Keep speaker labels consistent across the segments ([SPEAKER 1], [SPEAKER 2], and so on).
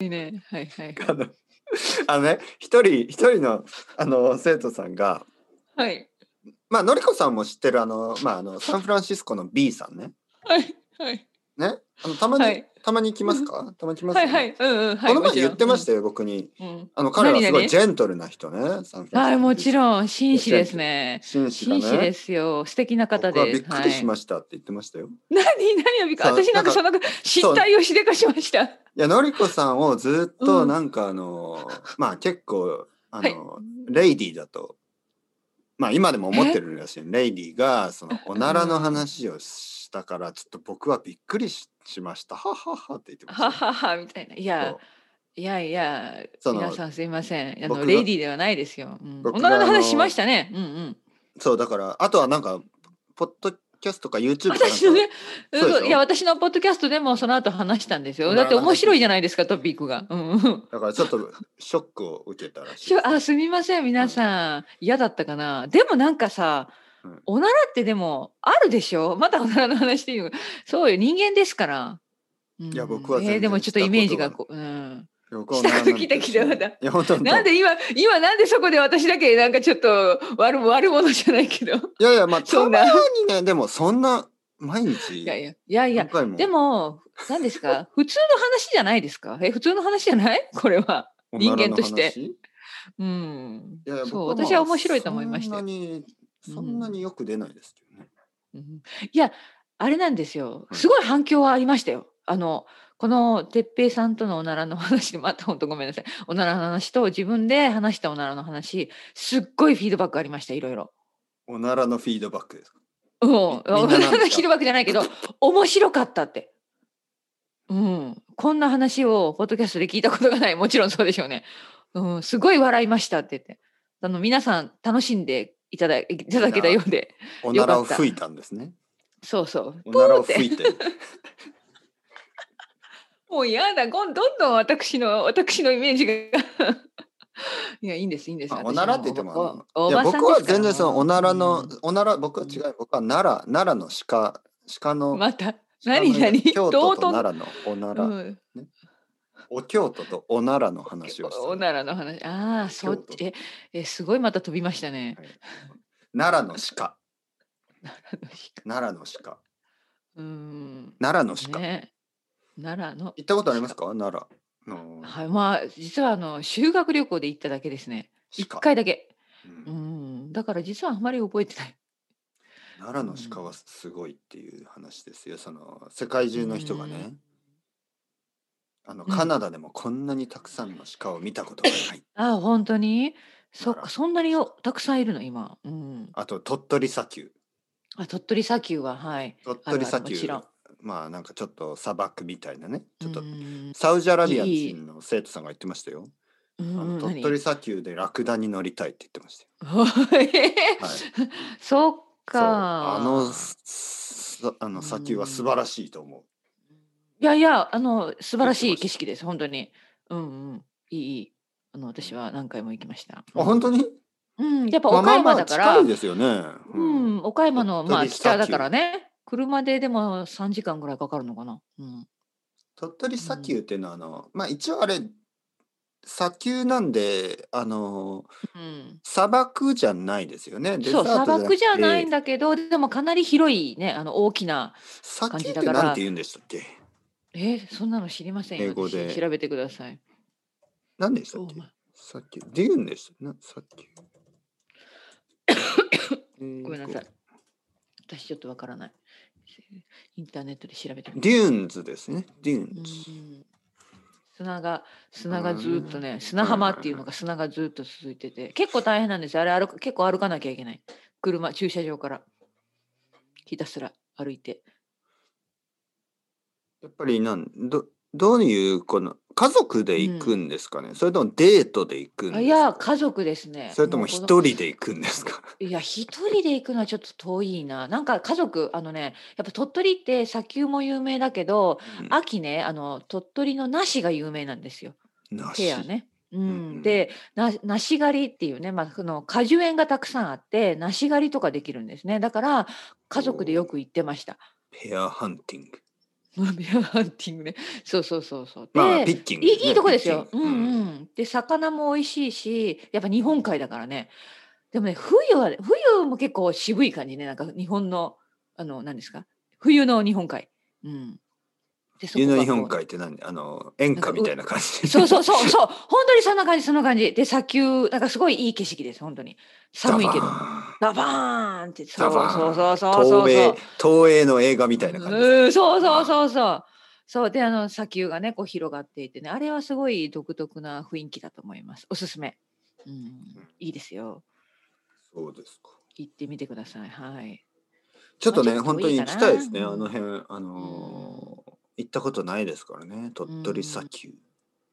[SPEAKER 1] にね、はいはい。
[SPEAKER 2] あのあのね一人一人のあの生徒さんが
[SPEAKER 1] はい。
[SPEAKER 2] まあのりこさんも知ってるあの,、まあ、あのサンフランシスコの B さんね
[SPEAKER 1] はいはい。
[SPEAKER 2] ねあのたまに、
[SPEAKER 1] はい
[SPEAKER 2] たまに来ますかたまに来ます
[SPEAKER 1] は
[SPEAKER 2] よ
[SPEAKER 1] い
[SPEAKER 2] ね
[SPEAKER 1] はい。うんうん。はい、。
[SPEAKER 2] この前言ってましたたよ、僕に。
[SPEAKER 1] うん。
[SPEAKER 2] あの彼はすご
[SPEAKER 1] 何
[SPEAKER 2] い
[SPEAKER 1] 々
[SPEAKER 2] ジェントルな人ね。サンフランシスコ
[SPEAKER 1] はい、もちろん、紳士ですね。
[SPEAKER 2] 紳士だ
[SPEAKER 1] 紳
[SPEAKER 2] ね。
[SPEAKER 1] 士ですよ。素敵な方
[SPEAKER 2] 僕は
[SPEAKER 1] で
[SPEAKER 2] びっ
[SPEAKER 1] す。
[SPEAKER 2] くりし
[SPEAKER 1] は
[SPEAKER 2] ましたって言ってましたよ。い、
[SPEAKER 1] い。何何をびっくり
[SPEAKER 2] そう
[SPEAKER 1] 私なんかその失態をしでかしました。
[SPEAKER 2] や、のりこさんをずっと、
[SPEAKER 1] うん
[SPEAKER 2] なんかあの、まあ結構、あ
[SPEAKER 1] はい
[SPEAKER 2] の、レイディーだと、まあ今でも思ってるらしい。レイディーが、その、おならの話をしたから、ちょっと僕はびっくりししました。はははって言ってました
[SPEAKER 1] はは
[SPEAKER 2] よ。
[SPEAKER 1] はみたいな。いや
[SPEAKER 2] そう、
[SPEAKER 1] いやいや、
[SPEAKER 2] その
[SPEAKER 1] 皆さんすいません。あ
[SPEAKER 2] 僕
[SPEAKER 1] の
[SPEAKER 2] が
[SPEAKER 1] レイディーではないですよ。うん、
[SPEAKER 2] 僕
[SPEAKER 1] お
[SPEAKER 2] が
[SPEAKER 1] ならの
[SPEAKER 2] あの
[SPEAKER 1] 話しましたね。うんうん。
[SPEAKER 2] そう、だから、あとはなんか、ポッドキャストか YouTube かなんか
[SPEAKER 1] 私のね、
[SPEAKER 2] そうでしょ
[SPEAKER 1] うんいや、私のポッドキャストでもその後話したんですよ。だって
[SPEAKER 2] おならの話
[SPEAKER 1] 面白いじゃないですか、トピックが。うんうん。
[SPEAKER 2] だからちょっとショックを受けたらしい
[SPEAKER 1] し
[SPEAKER 2] で
[SPEAKER 1] ょ
[SPEAKER 2] す。
[SPEAKER 1] あすみません皆さん嫌だったかなでもなんかさ、
[SPEAKER 2] うん
[SPEAKER 1] おならってでもあるでしょまたおならの話していいのかそうよ人間ですから、うん
[SPEAKER 2] いや僕は全然
[SPEAKER 1] えーでもちょっとイメージが
[SPEAKER 2] した
[SPEAKER 1] こう、うん、
[SPEAKER 2] 横
[SPEAKER 1] した
[SPEAKER 2] 並んで
[SPEAKER 1] 来た来たまた
[SPEAKER 2] いや本当本当
[SPEAKER 1] なんで今今なんでそこで私だけなんかちょっと悪悪者じゃないけど
[SPEAKER 2] いやいやまあ
[SPEAKER 1] そ
[SPEAKER 2] た
[SPEAKER 1] んな
[SPEAKER 2] まにねでもそんな毎日
[SPEAKER 1] いやいやいやいや
[SPEAKER 2] 何回も
[SPEAKER 1] でも何ですか普通の話じゃないですかえ普通の話じゃないこれは
[SPEAKER 2] おならの
[SPEAKER 1] 人間として
[SPEAKER 2] 話い
[SPEAKER 1] うん
[SPEAKER 2] やいや僕
[SPEAKER 1] そう
[SPEAKER 2] まあ
[SPEAKER 1] 私は面白いと思いましたよ
[SPEAKER 2] そんなにそんなによく出ないですけどね。
[SPEAKER 1] うんいやあれなんですよ
[SPEAKER 2] うん
[SPEAKER 1] すごい反響はありましたよ。あのこの哲平さんとのおならの話でまた本当ごめんなさいおならの話と自分で話したおならの話すっごいフィードバックありましたいろいろ。
[SPEAKER 2] おならのフィードバックですか。
[SPEAKER 1] うん、
[SPEAKER 2] み
[SPEAKER 1] お
[SPEAKER 2] ん
[SPEAKER 1] な
[SPEAKER 2] なな
[SPEAKER 1] ら
[SPEAKER 2] んですか
[SPEAKER 1] のフィードバックじゃない けど面白かったって。うん、こんな話をポッドキャストで聞いたことがないもちろんそうでしょうね。うん、すごい笑いましたって言ってあの皆さん楽しんでいただいただけたようで
[SPEAKER 2] おならを
[SPEAKER 1] よかった
[SPEAKER 2] 吹いたんですね。
[SPEAKER 1] そうそう
[SPEAKER 2] おならを
[SPEAKER 1] プー
[SPEAKER 2] 吹
[SPEAKER 1] って
[SPEAKER 2] いて。
[SPEAKER 1] もう嫌だ、こんどんどん私の、私のイメージが。 いや、いいんです、いいんです。
[SPEAKER 2] まあ
[SPEAKER 1] 私
[SPEAKER 2] おならって言ってもあの
[SPEAKER 1] おお
[SPEAKER 2] いや
[SPEAKER 1] ばさん
[SPEAKER 2] 僕は
[SPEAKER 1] ですから
[SPEAKER 2] 全然そのおならの
[SPEAKER 1] う
[SPEAKER 2] おなら僕は違う僕は奈良奈良の鹿鹿の
[SPEAKER 1] んまた、
[SPEAKER 2] 鹿の
[SPEAKER 1] 何何
[SPEAKER 2] 京都と
[SPEAKER 1] 道
[SPEAKER 2] 奈良のおなら
[SPEAKER 1] うん
[SPEAKER 2] お京都とおならの話をして
[SPEAKER 1] おならの話。ああ、そっ
[SPEAKER 2] 京
[SPEAKER 1] ち。え、え、すごいまた飛びましたね。
[SPEAKER 2] 奈良の鹿奈良の鹿
[SPEAKER 1] うん。
[SPEAKER 2] 奈良の鹿、
[SPEAKER 1] ね。奈良の。
[SPEAKER 2] 行ったことありますか奈良の
[SPEAKER 1] はい、まあ、実はあの修学旅行で行っただけですね。一
[SPEAKER 2] 鹿、
[SPEAKER 1] 回だけ。
[SPEAKER 2] う
[SPEAKER 1] うんん、だから実はあんまり覚えてない。
[SPEAKER 2] 奈良の鹿はすごいっていう話ですよその世界中の人がね、あの
[SPEAKER 1] うん
[SPEAKER 2] カナダでもこんなにたくさんの鹿を見たことが ない、
[SPEAKER 1] ああ、本当に。そっ
[SPEAKER 2] 奈
[SPEAKER 1] か、そ
[SPEAKER 2] 良
[SPEAKER 1] んなによたくさんいるの、今。うん。
[SPEAKER 2] あと鳥取砂丘
[SPEAKER 1] あ、鳥取砂丘は、はい。
[SPEAKER 2] 鳥取砂
[SPEAKER 1] あるあるもち
[SPEAKER 2] 丘
[SPEAKER 1] ろん
[SPEAKER 2] まあなんかちょっと砂漠みたいなねちょっと
[SPEAKER 1] うん
[SPEAKER 2] サウジアラビア人の生徒さんが言ってましたよ
[SPEAKER 1] うん
[SPEAKER 2] あ
[SPEAKER 1] うん
[SPEAKER 2] の鳥取砂丘でラクダに乗りたいって言ってましたよ。
[SPEAKER 1] 何
[SPEAKER 2] はい、
[SPEAKER 1] そっ
[SPEAKER 2] そう
[SPEAKER 1] か。
[SPEAKER 2] あのすすあの砂丘は素晴らしいと思う。
[SPEAKER 1] いやいや、あの、素晴らしい
[SPEAKER 2] 行っ
[SPEAKER 1] 景
[SPEAKER 2] てました
[SPEAKER 1] 色です、本当に。うんうん。いい、いい。あの、私は何回も行きました。
[SPEAKER 2] あ本当に？
[SPEAKER 1] うん、やっぱ
[SPEAKER 2] まあ
[SPEAKER 1] 岡
[SPEAKER 2] まあ
[SPEAKER 1] 山
[SPEAKER 2] まあ
[SPEAKER 1] だから。
[SPEAKER 2] 近いですよね。
[SPEAKER 1] う
[SPEAKER 2] うん
[SPEAKER 1] ん、岡山の、まあ、
[SPEAKER 2] 鳥取砂
[SPEAKER 1] 北
[SPEAKER 2] 丘
[SPEAKER 1] だからね。車ででも3時間ぐらいかかるのかな。うん。
[SPEAKER 2] 鳥取砂丘っていうのはあのまあ一応あれ砂丘なんであの
[SPEAKER 1] うん
[SPEAKER 2] 砂漠じゃないですよね。デザ
[SPEAKER 1] そう砂
[SPEAKER 2] ート
[SPEAKER 1] 漠じゃないん
[SPEAKER 2] だ。
[SPEAKER 1] だけどでもかなり広いねあの大きな
[SPEAKER 2] 砂丘
[SPEAKER 1] 感
[SPEAKER 2] っ
[SPEAKER 1] じ
[SPEAKER 2] て
[SPEAKER 1] だから
[SPEAKER 2] なんて言うんでしたっけ？
[SPEAKER 1] えーそんなの知りませんよ
[SPEAKER 2] 英語で
[SPEAKER 1] 私調べてください
[SPEAKER 2] なんでした
[SPEAKER 1] そ
[SPEAKER 2] っ
[SPEAKER 1] う
[SPEAKER 2] け？
[SPEAKER 1] まあ
[SPEAKER 2] 砂丘って言うんでしたね。砂丘。
[SPEAKER 1] ご
[SPEAKER 2] ご
[SPEAKER 1] めんなさい。私ちょっとわからないインターネットで調べてみ
[SPEAKER 2] デューンズですね。デュー
[SPEAKER 1] う
[SPEAKER 2] ンズ。
[SPEAKER 1] ん砂が砂がずっとね砂浜っていうのが砂がずっと続いてて結構大変なんですよあれ歩く結構歩かなきゃいけない車駐車場からひたすら歩いて
[SPEAKER 2] やっぱりなんどどういうこの家族で行くんですかね、それともデートで行くんです
[SPEAKER 1] あ
[SPEAKER 2] か
[SPEAKER 1] いや家族ですね
[SPEAKER 2] それとも
[SPEAKER 1] う子
[SPEAKER 2] 一
[SPEAKER 1] 供
[SPEAKER 2] 人で行くんですか
[SPEAKER 1] いや一人で行くのはちょっと遠いななんか家族あのねやっぱ鳥取って砂丘も有名だけど
[SPEAKER 2] うん
[SPEAKER 1] 秋ねあの鳥取の梨が有名なんですよ
[SPEAKER 2] なし
[SPEAKER 1] ペアね。う
[SPEAKER 2] うんうん
[SPEAKER 1] ん、でな梨狩りっていうね、まあ、その果樹園がたくさんあって梨狩りとかできるんですねだから家族でよく行ってました。
[SPEAKER 2] ペアハンティング
[SPEAKER 1] ベアハンティングね。そうそうそうそう。で、
[SPEAKER 2] まあ、
[SPEAKER 1] い
[SPEAKER 2] ピッキング
[SPEAKER 1] い
[SPEAKER 2] ね、
[SPEAKER 1] いいとこですよ。
[SPEAKER 2] ピ
[SPEAKER 1] う
[SPEAKER 2] ッキング
[SPEAKER 1] ん
[SPEAKER 2] うん
[SPEAKER 1] うん。で魚も美味しいし、やっぱ日本海だからね。でもね冬は冬も結構渋い感じね。なんか日本のあの何ですか？冬の日本海。うん。でそこ
[SPEAKER 2] 冬
[SPEAKER 1] が
[SPEAKER 2] の
[SPEAKER 1] こう
[SPEAKER 2] 日本海って何あの演歌みたいな感じ
[SPEAKER 1] そうそうそうそう。本当にそんな感じそんな感じ。で砂丘なんかすごいいい景色です本当に。寒 いけど。ダバーンってそう
[SPEAKER 2] ダバーン
[SPEAKER 1] そうそうそうそう
[SPEAKER 2] 東
[SPEAKER 1] そう
[SPEAKER 2] 映。東映の映画みたいな感じです
[SPEAKER 1] うんそうそうそうそう。そうであの砂丘がねこう広がっていてねあれはすごい独特な雰囲気だと思います。おすすめ。うん、いいですよ。
[SPEAKER 2] そうですか
[SPEAKER 1] 行ってみてください。はい。
[SPEAKER 2] ちょっとね
[SPEAKER 1] まあちょっ
[SPEAKER 2] 本
[SPEAKER 1] と
[SPEAKER 2] 当
[SPEAKER 1] いい
[SPEAKER 2] に
[SPEAKER 1] か
[SPEAKER 2] 行
[SPEAKER 1] な
[SPEAKER 2] きたいですね
[SPEAKER 1] うん
[SPEAKER 2] あの辺あのー行ったことないですからね鳥取砂丘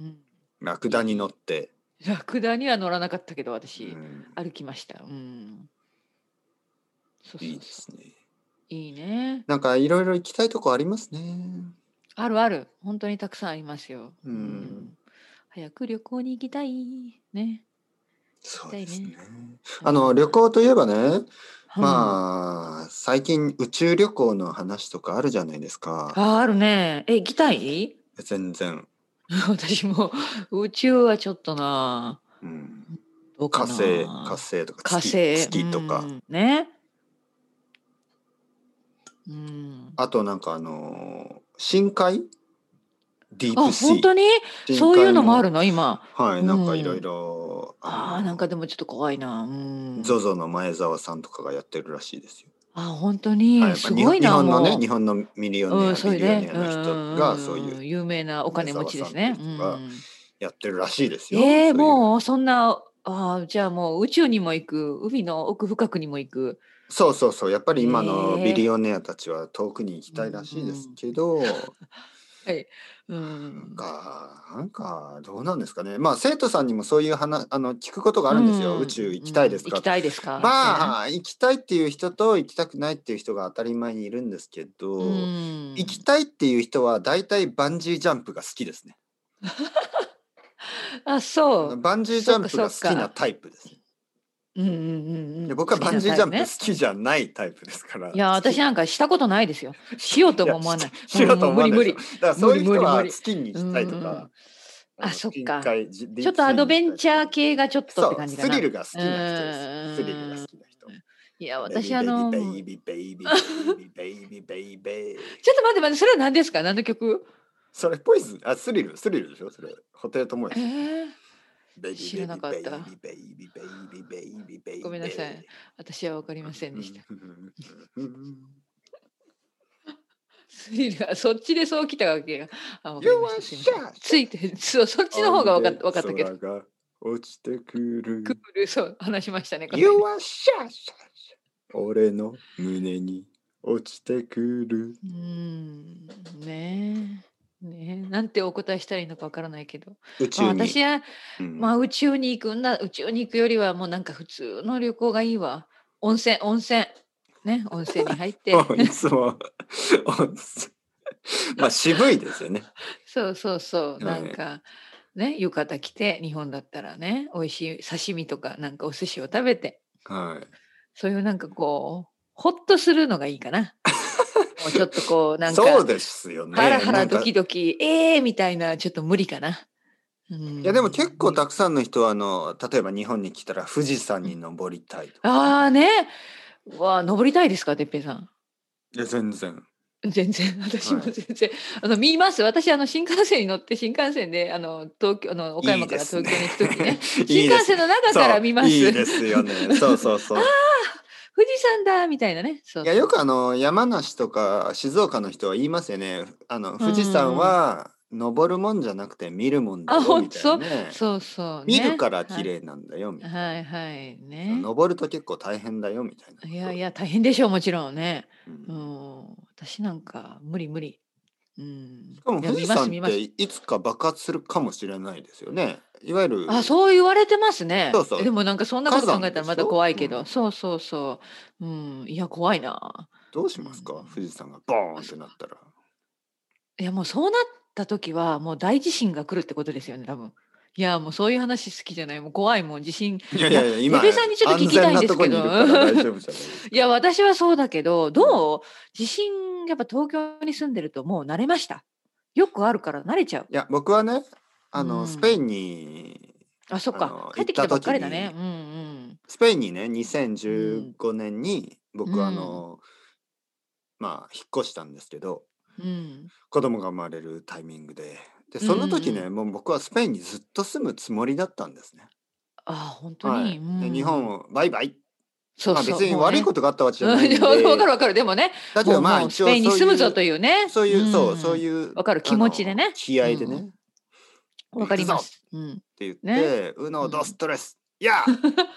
[SPEAKER 1] うん、
[SPEAKER 2] ラクダに乗って、
[SPEAKER 1] ラクダには乗らなかったけど私、
[SPEAKER 2] うん
[SPEAKER 1] 歩きました。うん。そうそうそう
[SPEAKER 2] いいですね
[SPEAKER 1] いいね。
[SPEAKER 2] なんかいろいろ行きたいとこありますね
[SPEAKER 1] あるある。本当にたくさんありますよ。
[SPEAKER 2] うん
[SPEAKER 1] 早く旅行に行きたい。ね。
[SPEAKER 2] そうう
[SPEAKER 1] で
[SPEAKER 2] ですす
[SPEAKER 1] ね
[SPEAKER 2] ねあの旅行といえばね、
[SPEAKER 1] あ。
[SPEAKER 2] まあ最近宇宙旅行の話とかあるじゃないですか
[SPEAKER 1] ああるね。え、行きたい
[SPEAKER 2] 全然、
[SPEAKER 1] 私も宇宙はちょっとな
[SPEAKER 2] うん、
[SPEAKER 1] どうか
[SPEAKER 2] 火
[SPEAKER 1] な
[SPEAKER 2] 星火星とか
[SPEAKER 1] 火
[SPEAKER 2] 月
[SPEAKER 1] 星
[SPEAKER 2] 月とか、
[SPEAKER 1] うんねうん
[SPEAKER 2] あとなんかあのー深海ディー
[SPEAKER 1] あ
[SPEAKER 2] プシー
[SPEAKER 1] 本当に
[SPEAKER 2] 深海
[SPEAKER 1] そういうのもあるの今
[SPEAKER 2] はい
[SPEAKER 1] うん
[SPEAKER 2] なんかいろいろ
[SPEAKER 1] あーなんかでもちょっと怖いなうん
[SPEAKER 2] ゾゾの前澤さんとかがやってるらしいですよ、
[SPEAKER 1] あ本当に、
[SPEAKER 2] はいまあ
[SPEAKER 1] すごいな
[SPEAKER 2] 日本のね
[SPEAKER 1] もう
[SPEAKER 2] 日本のミリオネア、
[SPEAKER 1] うん
[SPEAKER 2] ビ
[SPEAKER 1] そう
[SPEAKER 2] リオ
[SPEAKER 1] ね
[SPEAKER 2] ネアの人がそうい
[SPEAKER 1] ん
[SPEAKER 2] うん
[SPEAKER 1] 有名なお金持ちですね
[SPEAKER 2] 宮沢さんってやってるらしいです
[SPEAKER 1] うん
[SPEAKER 2] よ
[SPEAKER 1] えー、
[SPEAKER 2] そういう
[SPEAKER 1] もうそんなあーじゃあもう宇宙にも行く海の奥深くにも行く
[SPEAKER 2] そうそうそうやっぱり今の
[SPEAKER 1] へー
[SPEAKER 2] ビリオネアたちは遠くに行きたいらしいですけど、
[SPEAKER 1] う
[SPEAKER 2] なん
[SPEAKER 1] ん
[SPEAKER 2] か、なんか、どうなんですかね。まあ、生徒さんにもそういう話、あの、聞くことがあるんですよ。
[SPEAKER 1] う
[SPEAKER 2] 宇宙行きたいです
[SPEAKER 1] うん行
[SPEAKER 2] か
[SPEAKER 1] き。たいですか。
[SPEAKER 2] まあ、行きたいっていう人と行きたくないっていう人が当たり前にいるんですけど、
[SPEAKER 1] うん
[SPEAKER 2] 行きたいっていう人は大体バンジージャンプが好きですね。
[SPEAKER 1] あ、そう。
[SPEAKER 2] バンジージャンプが好
[SPEAKER 1] そっかそっか
[SPEAKER 2] きなタイプです。
[SPEAKER 1] うんうんうんうん。
[SPEAKER 2] で僕はバンジージャ
[SPEAKER 1] 好きなタイ
[SPEAKER 2] ンプ
[SPEAKER 1] プね
[SPEAKER 2] 好きじゃないタイプですから。
[SPEAKER 1] いや、私なんかしたことないですよ。しようとも思わ ない。
[SPEAKER 2] しようと思わない
[SPEAKER 1] もう無
[SPEAKER 2] で
[SPEAKER 1] 理
[SPEAKER 2] しょ。だからそういう人
[SPEAKER 1] 無理
[SPEAKER 2] は好
[SPEAKER 1] 無理無理
[SPEAKER 2] きに行きたいと
[SPEAKER 1] うんうん
[SPEAKER 2] か。
[SPEAKER 1] あそっか
[SPEAKER 2] ち
[SPEAKER 1] ちょっとアドベンチャー系がちょっと
[SPEAKER 2] そ
[SPEAKER 1] っ
[SPEAKER 2] う
[SPEAKER 1] て感じか
[SPEAKER 2] ス
[SPEAKER 1] な。
[SPEAKER 2] リルが好きな人です。スリルが好きな人。
[SPEAKER 1] いや、私あ
[SPEAKER 2] ベイビー
[SPEAKER 1] の、ち
[SPEAKER 2] ベ
[SPEAKER 1] ょっ
[SPEAKER 2] イビーベイビーベイビーベイビーベイビーベイビー。
[SPEAKER 1] と待って待って、それは何ですか何の曲
[SPEAKER 2] それポイズンあスリルスリルでしょそれ。ホテルとも
[SPEAKER 1] えー
[SPEAKER 2] ベイビー
[SPEAKER 1] 知らなかった
[SPEAKER 2] ベイビーベイビーベイビーベイビーベイビー。
[SPEAKER 1] ごめんなさい私はわかりませんでした。スリルはそっちでそうきたわけが。あ、わかりましたすいません
[SPEAKER 2] You are shot.
[SPEAKER 1] ついて、そうそっちの方がわかっわかったけど。
[SPEAKER 2] ど。空が落ちてくる
[SPEAKER 1] ク。ール、そう、話しましたね。
[SPEAKER 2] You are shot. 俺の胸に落ちてくる。
[SPEAKER 1] うーんねえねえなんてお答えしたらいいのかわからないけど、ま
[SPEAKER 2] 宇
[SPEAKER 1] あ、
[SPEAKER 2] 宙に。
[SPEAKER 1] 私は、
[SPEAKER 2] うん
[SPEAKER 1] まあ、宇宙に行くんだ宇宙に行くよりはもうなんか普通の旅行がいいわ温泉温泉ね温泉に入って
[SPEAKER 2] もう いつも温泉まあ渋いですよね。
[SPEAKER 1] そうそうそうな
[SPEAKER 2] は
[SPEAKER 1] いんかね浴衣着て日本だったらね美味しい刺身とかなんかお寿司を食べて
[SPEAKER 2] はい。
[SPEAKER 1] そういうなんかこうほっとするのがいいかなもうちょっとこ うなんか
[SPEAKER 2] そうですよね。
[SPEAKER 1] ハラハ
[SPEAKER 2] な
[SPEAKER 1] ラ
[SPEAKER 2] んか
[SPEAKER 1] ドキドキ、えーみたいな、ちょっと無理かな。うん
[SPEAKER 2] いやでも結構たくさんの人はあの例えば日本に来たら富士山に登りたいとか。
[SPEAKER 1] ああね。うわあ、登りたいですか、てっぺいさん。
[SPEAKER 2] いや全然。
[SPEAKER 1] 全然、私も全然。あの、見ます。私、あの、新幹線に乗って、新幹線で、あの、東京、あの、岡山から東京に行くときね。新幹 線の中から見ます。
[SPEAKER 2] いいで
[SPEAKER 1] 富
[SPEAKER 2] すよね。 そうそうそう。
[SPEAKER 1] 士山だみたいなね。そう
[SPEAKER 2] いやよくあの山梨とか静岡の人は言いますよね。あの富士山は登るもんじゃなくて見るもんだ
[SPEAKER 1] あ
[SPEAKER 2] よ
[SPEAKER 1] ほん
[SPEAKER 2] みたいなね。
[SPEAKER 1] そうそう、ね。
[SPEAKER 2] 見るから綺麗なんだよみたいな。
[SPEAKER 1] はい。はいはいね。
[SPEAKER 2] 登ると結構大変だよみたいな。
[SPEAKER 1] いやいや、大変でしょう、もちろんね。う
[SPEAKER 2] う。
[SPEAKER 1] んん、私なんか無理無理。うん。
[SPEAKER 2] でも
[SPEAKER 1] いや
[SPEAKER 2] 富士山っ
[SPEAKER 1] 見ます
[SPEAKER 2] て
[SPEAKER 1] 見
[SPEAKER 2] いつか爆発するかもしれないですよね。いわゆる
[SPEAKER 1] ます。あ、そう言われてますね。
[SPEAKER 2] そうそう
[SPEAKER 1] でもなんかそんなこと考えたらまた怖いけど、
[SPEAKER 2] 火山で
[SPEAKER 1] そうそうそう。うん、いや怖いな。
[SPEAKER 2] どうしますか、
[SPEAKER 1] うん
[SPEAKER 2] 富士山がボーンってなったら。
[SPEAKER 1] いやもうそうなった時はもう大地震が来るってことですよね、多分。いやもうそういう話好きじゃないもう 怖いもん地震
[SPEAKER 2] いやいやいや今
[SPEAKER 1] 矢部さんにちょっと聞きたいんですけど
[SPEAKER 2] 安全なとこにいるから大丈夫じゃないですか
[SPEAKER 1] いや私はそうだけどどう地震やっぱ東京に住んでるともう慣れました。よくあるから慣れちゃう。
[SPEAKER 2] いや僕はねあの、
[SPEAKER 1] うん
[SPEAKER 2] スペインに
[SPEAKER 1] あ、そっ
[SPEAKER 2] あの
[SPEAKER 1] か。帰ってきたばっかりだ
[SPEAKER 2] 行っ
[SPEAKER 1] ね
[SPEAKER 2] た。時
[SPEAKER 1] うんうん。
[SPEAKER 2] スペインにね2015年に僕はあの、まあ引っ越したんですけど
[SPEAKER 1] うん、
[SPEAKER 2] 子供が生まれるタイミングででその時ね、
[SPEAKER 1] うんう
[SPEAKER 2] もう僕はスペインにずっと住むつもりだったんですね。
[SPEAKER 1] あ本当に、
[SPEAKER 2] はい、
[SPEAKER 1] う
[SPEAKER 2] で
[SPEAKER 1] ん
[SPEAKER 2] 日本をバイバイ
[SPEAKER 1] そうそう
[SPEAKER 2] まあ、別に悪いこととがあったわけじゃ
[SPEAKER 1] わ、
[SPEAKER 2] ないんで、
[SPEAKER 1] か るわかるでもね
[SPEAKER 2] だけどまあ
[SPEAKER 1] もう
[SPEAKER 2] 一
[SPEAKER 1] ス
[SPEAKER 2] 応
[SPEAKER 1] ペインに住むぞ
[SPEAKER 2] そう
[SPEAKER 1] と
[SPEAKER 2] いう
[SPEAKER 1] いうね
[SPEAKER 2] そういう、そうんそういう
[SPEAKER 1] わかる
[SPEAKER 2] あの
[SPEAKER 1] 気持ちでね
[SPEAKER 2] 気合でね、
[SPEAKER 1] うん
[SPEAKER 2] って
[SPEAKER 1] わかりますうん
[SPEAKER 2] 言って「
[SPEAKER 1] ね
[SPEAKER 2] うの
[SPEAKER 1] う
[SPEAKER 2] ど
[SPEAKER 1] ん
[SPEAKER 2] ストレスやあ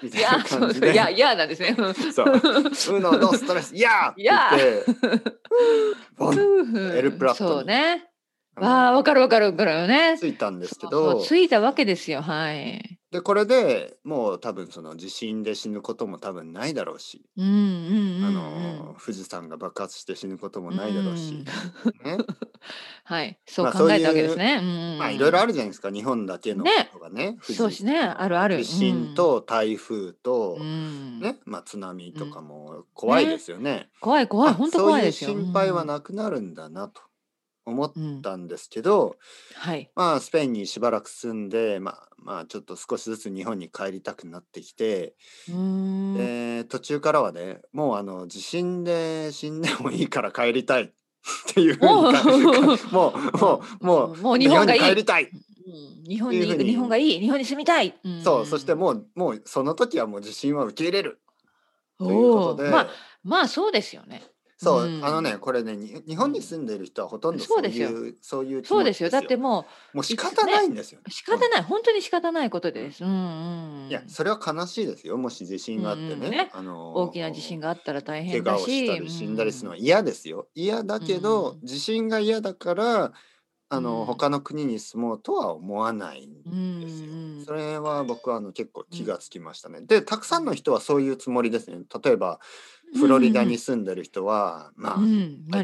[SPEAKER 2] み
[SPEAKER 1] い
[SPEAKER 2] たい
[SPEAKER 1] や
[SPEAKER 2] な
[SPEAKER 1] そ
[SPEAKER 2] 感
[SPEAKER 1] う
[SPEAKER 2] じ
[SPEAKER 1] そう
[SPEAKER 2] で
[SPEAKER 1] いやいやなんですねうん
[SPEAKER 2] そううのどストレスやあって言ってボンエルプラットに
[SPEAKER 1] そうね
[SPEAKER 2] あの
[SPEAKER 1] わあわかるわかるわかるよね
[SPEAKER 2] ついたんですけ
[SPEAKER 1] そう
[SPEAKER 2] ど
[SPEAKER 1] そうついたわけですよはい
[SPEAKER 2] でこれでもう多分その地震で死ぬことも多分ないだろうし、
[SPEAKER 1] うんうんうん、うん、
[SPEAKER 2] あの富士山が爆発して死ぬこともないだろうし、ね、
[SPEAKER 1] はいそ
[SPEAKER 2] ま
[SPEAKER 1] う
[SPEAKER 2] あそう
[SPEAKER 1] 考
[SPEAKER 2] いう
[SPEAKER 1] えたわけですね、うんうん
[SPEAKER 2] まあいろいろあるじゃないですか日本だけのことがね富士
[SPEAKER 1] そうしねあるある
[SPEAKER 2] 地震と台風と、
[SPEAKER 1] うん
[SPEAKER 2] ねまあ、津波とかも怖いですよね。
[SPEAKER 1] 怖い怖い
[SPEAKER 2] あ
[SPEAKER 1] 本当怖いですよ
[SPEAKER 2] そういう心配は
[SPEAKER 1] っ、
[SPEAKER 2] なくなるんだなと思った
[SPEAKER 1] うん
[SPEAKER 2] たんですけど、
[SPEAKER 1] はい
[SPEAKER 2] まあ、スペインにしばらく住んで、まあまあ、ちょっと少しずつ日本に帰りたくなってきて、
[SPEAKER 1] うーん
[SPEAKER 2] えー途中からはねもうあの地震で死んでもいいから帰りたいっていうふう
[SPEAKER 1] おう
[SPEAKER 2] にかもうもうもう
[SPEAKER 1] もう日本がいい
[SPEAKER 2] 日本に帰りたい
[SPEAKER 1] うん日本に
[SPEAKER 2] っていう
[SPEAKER 1] 行
[SPEAKER 2] ふう
[SPEAKER 1] く
[SPEAKER 2] に
[SPEAKER 1] 日本がいい日本に住みたい、ん
[SPEAKER 2] そう、そしてもう、もうその時はもう地震は受け入れるというこ
[SPEAKER 1] おー
[SPEAKER 2] とで、
[SPEAKER 1] まあまあそうですよね
[SPEAKER 2] そう、
[SPEAKER 1] うん
[SPEAKER 2] あのね、これね、に日本に住んでいる人はほとんど
[SPEAKER 1] そ
[SPEAKER 2] そうう
[SPEAKER 1] です
[SPEAKER 2] い
[SPEAKER 1] よ
[SPEAKER 2] う、そういう気持ち
[SPEAKER 1] そうですよだっても
[SPEAKER 2] もう仕方ないんですよ。
[SPEAKER 1] う仕方ない、本当に仕方ないことです、うんうん、
[SPEAKER 2] いや、それは悲しいですよ。もし地震があってね、
[SPEAKER 1] うんうんね
[SPEAKER 2] あの
[SPEAKER 1] 大きな地震
[SPEAKER 2] が
[SPEAKER 1] があったら大
[SPEAKER 2] 怪
[SPEAKER 1] 変だ
[SPEAKER 2] 我
[SPEAKER 1] し
[SPEAKER 2] をしたり死んだりするのは嫌ですよ。嫌だけど、
[SPEAKER 1] うん
[SPEAKER 2] 地震が嫌だから、あの、
[SPEAKER 1] うん
[SPEAKER 2] 他の国に住もうとは思わないん
[SPEAKER 1] うんうん
[SPEAKER 2] ですよ。
[SPEAKER 1] うん
[SPEAKER 2] それは僕はあの結構気がつきましたね。で、たくさんの人はそういうつもりですね。例えば、フロリダに住んでる人は、まあ、
[SPEAKER 1] うんうん
[SPEAKER 2] 毎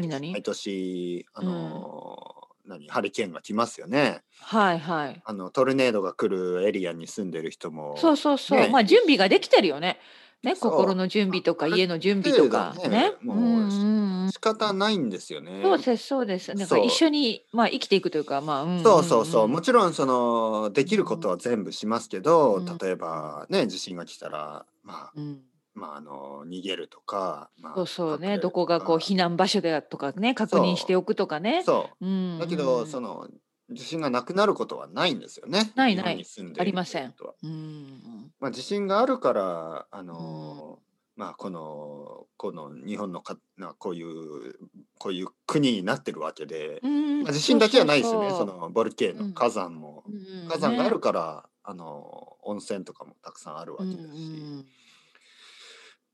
[SPEAKER 1] 何
[SPEAKER 2] 年
[SPEAKER 1] 何
[SPEAKER 2] 毎年、あのー何、ハリケーンが来ますよね。
[SPEAKER 1] はいはい
[SPEAKER 2] あの、トルネードが来るエリアに住んでる人も。
[SPEAKER 1] そうそうそう、
[SPEAKER 2] ね
[SPEAKER 1] まあ準備ができてるよねね
[SPEAKER 2] そう
[SPEAKER 1] 心の準備とか
[SPEAKER 2] あ
[SPEAKER 1] 家の準備とか
[SPEAKER 2] ある程度
[SPEAKER 1] ね
[SPEAKER 2] ねもうん
[SPEAKER 1] んうん
[SPEAKER 2] 仕方ないんですよね。
[SPEAKER 1] そうですそうですなんか
[SPEAKER 2] そう
[SPEAKER 1] 一緒にまあ生きていくというかまあ、うんんん
[SPEAKER 2] そうそうそうもちろんそのできることは全部しますけど、
[SPEAKER 1] うん
[SPEAKER 2] 例えばね地震が来たらまあ
[SPEAKER 1] うん
[SPEAKER 2] まああの逃げるとか、まあ、
[SPEAKER 1] そうそう
[SPEAKER 2] 隠れ
[SPEAKER 1] ね
[SPEAKER 2] る
[SPEAKER 1] ど
[SPEAKER 2] と
[SPEAKER 1] こ
[SPEAKER 2] か
[SPEAKER 1] がこう避難場所だとかね確認しておくとかね
[SPEAKER 2] そう
[SPEAKER 1] うん
[SPEAKER 2] だけど、そ
[SPEAKER 1] の
[SPEAKER 2] の地震がなくなることはないんですよね。
[SPEAKER 1] ないない
[SPEAKER 2] 日本に住んでいる
[SPEAKER 1] ありません
[SPEAKER 2] 人は
[SPEAKER 1] うん
[SPEAKER 2] まあ地震があるからあのー、まあこのこの日本のかなこういうこういう国になってるわけで、
[SPEAKER 1] うん
[SPEAKER 2] まあ、地震だけじゃないですよね。
[SPEAKER 1] う
[SPEAKER 2] そう
[SPEAKER 1] う
[SPEAKER 2] のボルケー
[SPEAKER 1] う
[SPEAKER 2] ノ
[SPEAKER 1] ん
[SPEAKER 2] 火山も、
[SPEAKER 1] うんうん
[SPEAKER 2] 火山があ
[SPEAKER 1] ね
[SPEAKER 2] るから、あのー温泉とかもたくさんあるわ
[SPEAKER 1] う
[SPEAKER 2] け
[SPEAKER 1] ん
[SPEAKER 2] だ
[SPEAKER 1] う
[SPEAKER 2] し、
[SPEAKER 1] ん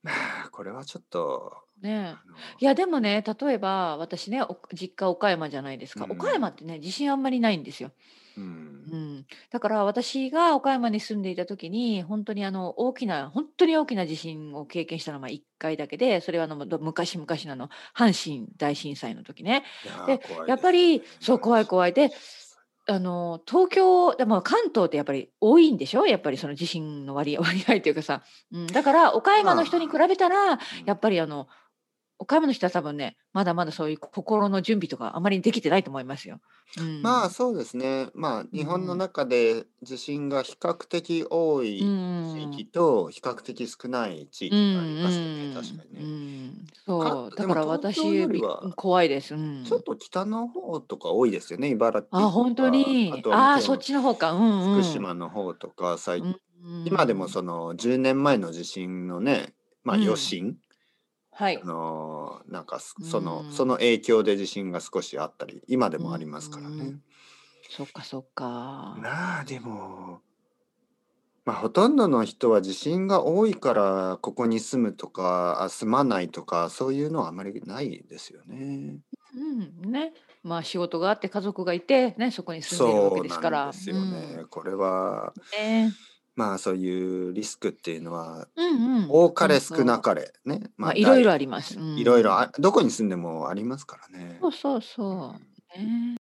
[SPEAKER 2] まあこれはちょっと
[SPEAKER 1] ね
[SPEAKER 2] あの
[SPEAKER 1] いやでもね例えば私ねお実家岡山じゃないですか、
[SPEAKER 2] うん
[SPEAKER 1] 岡山ってね地震あんまりないんですよ、
[SPEAKER 2] う
[SPEAKER 1] うんん、だから私が岡山に住んでいた時に本当にあの大きな本当に大きな地震を経験したのは1回だけでそれはあのど昔々のあの阪神大震災の時ね
[SPEAKER 2] いやー
[SPEAKER 1] で
[SPEAKER 2] 怖い
[SPEAKER 1] やっぱり
[SPEAKER 2] ですね
[SPEAKER 1] そう怖い怖いであの東京でも関東ってやっぱり多いんでしょやっぱりその地震の割合 割合というかさ、うん、だから岡山の人に比べたら
[SPEAKER 2] うん
[SPEAKER 1] やっぱりあの岡山の人は多分ねまだまだそういう心の準備とかあまりできてないと思いますよ。うん、
[SPEAKER 2] まあそうですね。まあ日本の
[SPEAKER 1] うん
[SPEAKER 2] 中で地震が比較的多い地域と比較的少ない地
[SPEAKER 1] う
[SPEAKER 2] 域
[SPEAKER 1] ん
[SPEAKER 2] がありますよね。確か
[SPEAKER 1] う
[SPEAKER 2] にね。
[SPEAKER 1] ん、そう
[SPEAKER 2] か
[SPEAKER 1] だから
[SPEAKER 2] でも東
[SPEAKER 1] 私
[SPEAKER 2] 京よりは
[SPEAKER 1] うん怖いです。うん、
[SPEAKER 2] ちょっと北の方とか多いですよね。茨城とか。
[SPEAKER 1] あ本当に
[SPEAKER 2] あと
[SPEAKER 1] ああー
[SPEAKER 2] 向こ
[SPEAKER 1] そうっちの方か。うんうん、
[SPEAKER 2] 福島の方とか最
[SPEAKER 1] う
[SPEAKER 2] 近、
[SPEAKER 1] んうん
[SPEAKER 2] 今でもその10年前の地震のね、まあ
[SPEAKER 1] うん
[SPEAKER 2] 余震、
[SPEAKER 1] はい
[SPEAKER 2] あのーなんかす
[SPEAKER 1] うん
[SPEAKER 2] その、その影響で地震が少しあったり、今でもありますからね。
[SPEAKER 1] うんそっかそっか。
[SPEAKER 2] まあでもまあほとんどの人は地震が多いからここに住むとかあ住まないとかそういうのはあまりないですよね。
[SPEAKER 1] うんねまあ仕事があって家族がいてねそこに住んでいるわ
[SPEAKER 2] そ
[SPEAKER 1] け
[SPEAKER 2] う
[SPEAKER 1] ですか
[SPEAKER 2] なん
[SPEAKER 1] ら。
[SPEAKER 2] ですよね。
[SPEAKER 1] うん
[SPEAKER 2] これは
[SPEAKER 1] ね
[SPEAKER 2] まあそういうリスクっていうのは
[SPEAKER 1] うんうん、
[SPEAKER 2] 多かれ少な
[SPEAKER 1] か
[SPEAKER 2] かれね。
[SPEAKER 1] まあいろいろ
[SPEAKER 2] あ
[SPEAKER 1] あります。うん
[SPEAKER 2] いろいろあどこに住んでもありますからね。
[SPEAKER 1] そうそうそう。ね